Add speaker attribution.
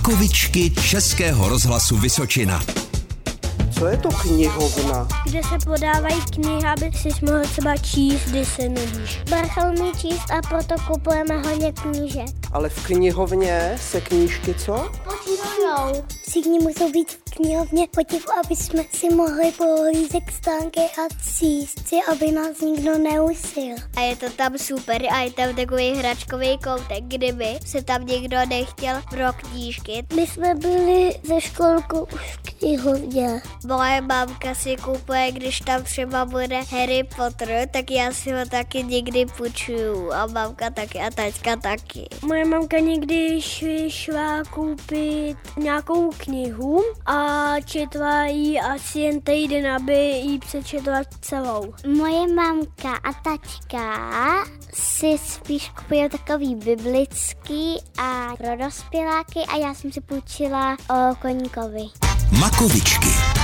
Speaker 1: Škovičky Českého rozhlasu Vysočina.
Speaker 2: Co je to knihovna?
Speaker 3: kde se podávají knihy, aby si mohl třeba číst, když se nudíš. Bachal umí číst a proto kupujeme hodně knížek.
Speaker 2: Ale v knihovně se knížky co?
Speaker 3: Počítanou. Všichni musí být v knihovně potichu, aby jsme si mohli pohlízet stánky a císt si, aby nás nikdo neusil.
Speaker 4: A je to tam super a je tam takový hračkový koutek, kdyby se tam někdo nechtěl pro knížky.
Speaker 3: My jsme byli ze školku už v knihovně.
Speaker 4: Moje mamka si kupuje, když tam třeba bude Harry Potter, tak já si ho taky někdy půjčuju. A mamka taky a taťka taky.
Speaker 3: Moje mamka někdy šli, šla koupit nějakou knihu a četla ji asi jen týden, aby ji přečetla celou.
Speaker 4: Moje mamka a tačka si spíš kupuje takový biblický a pro dospěláky a já jsem si půjčila o koníkovi.
Speaker 1: Makovičky.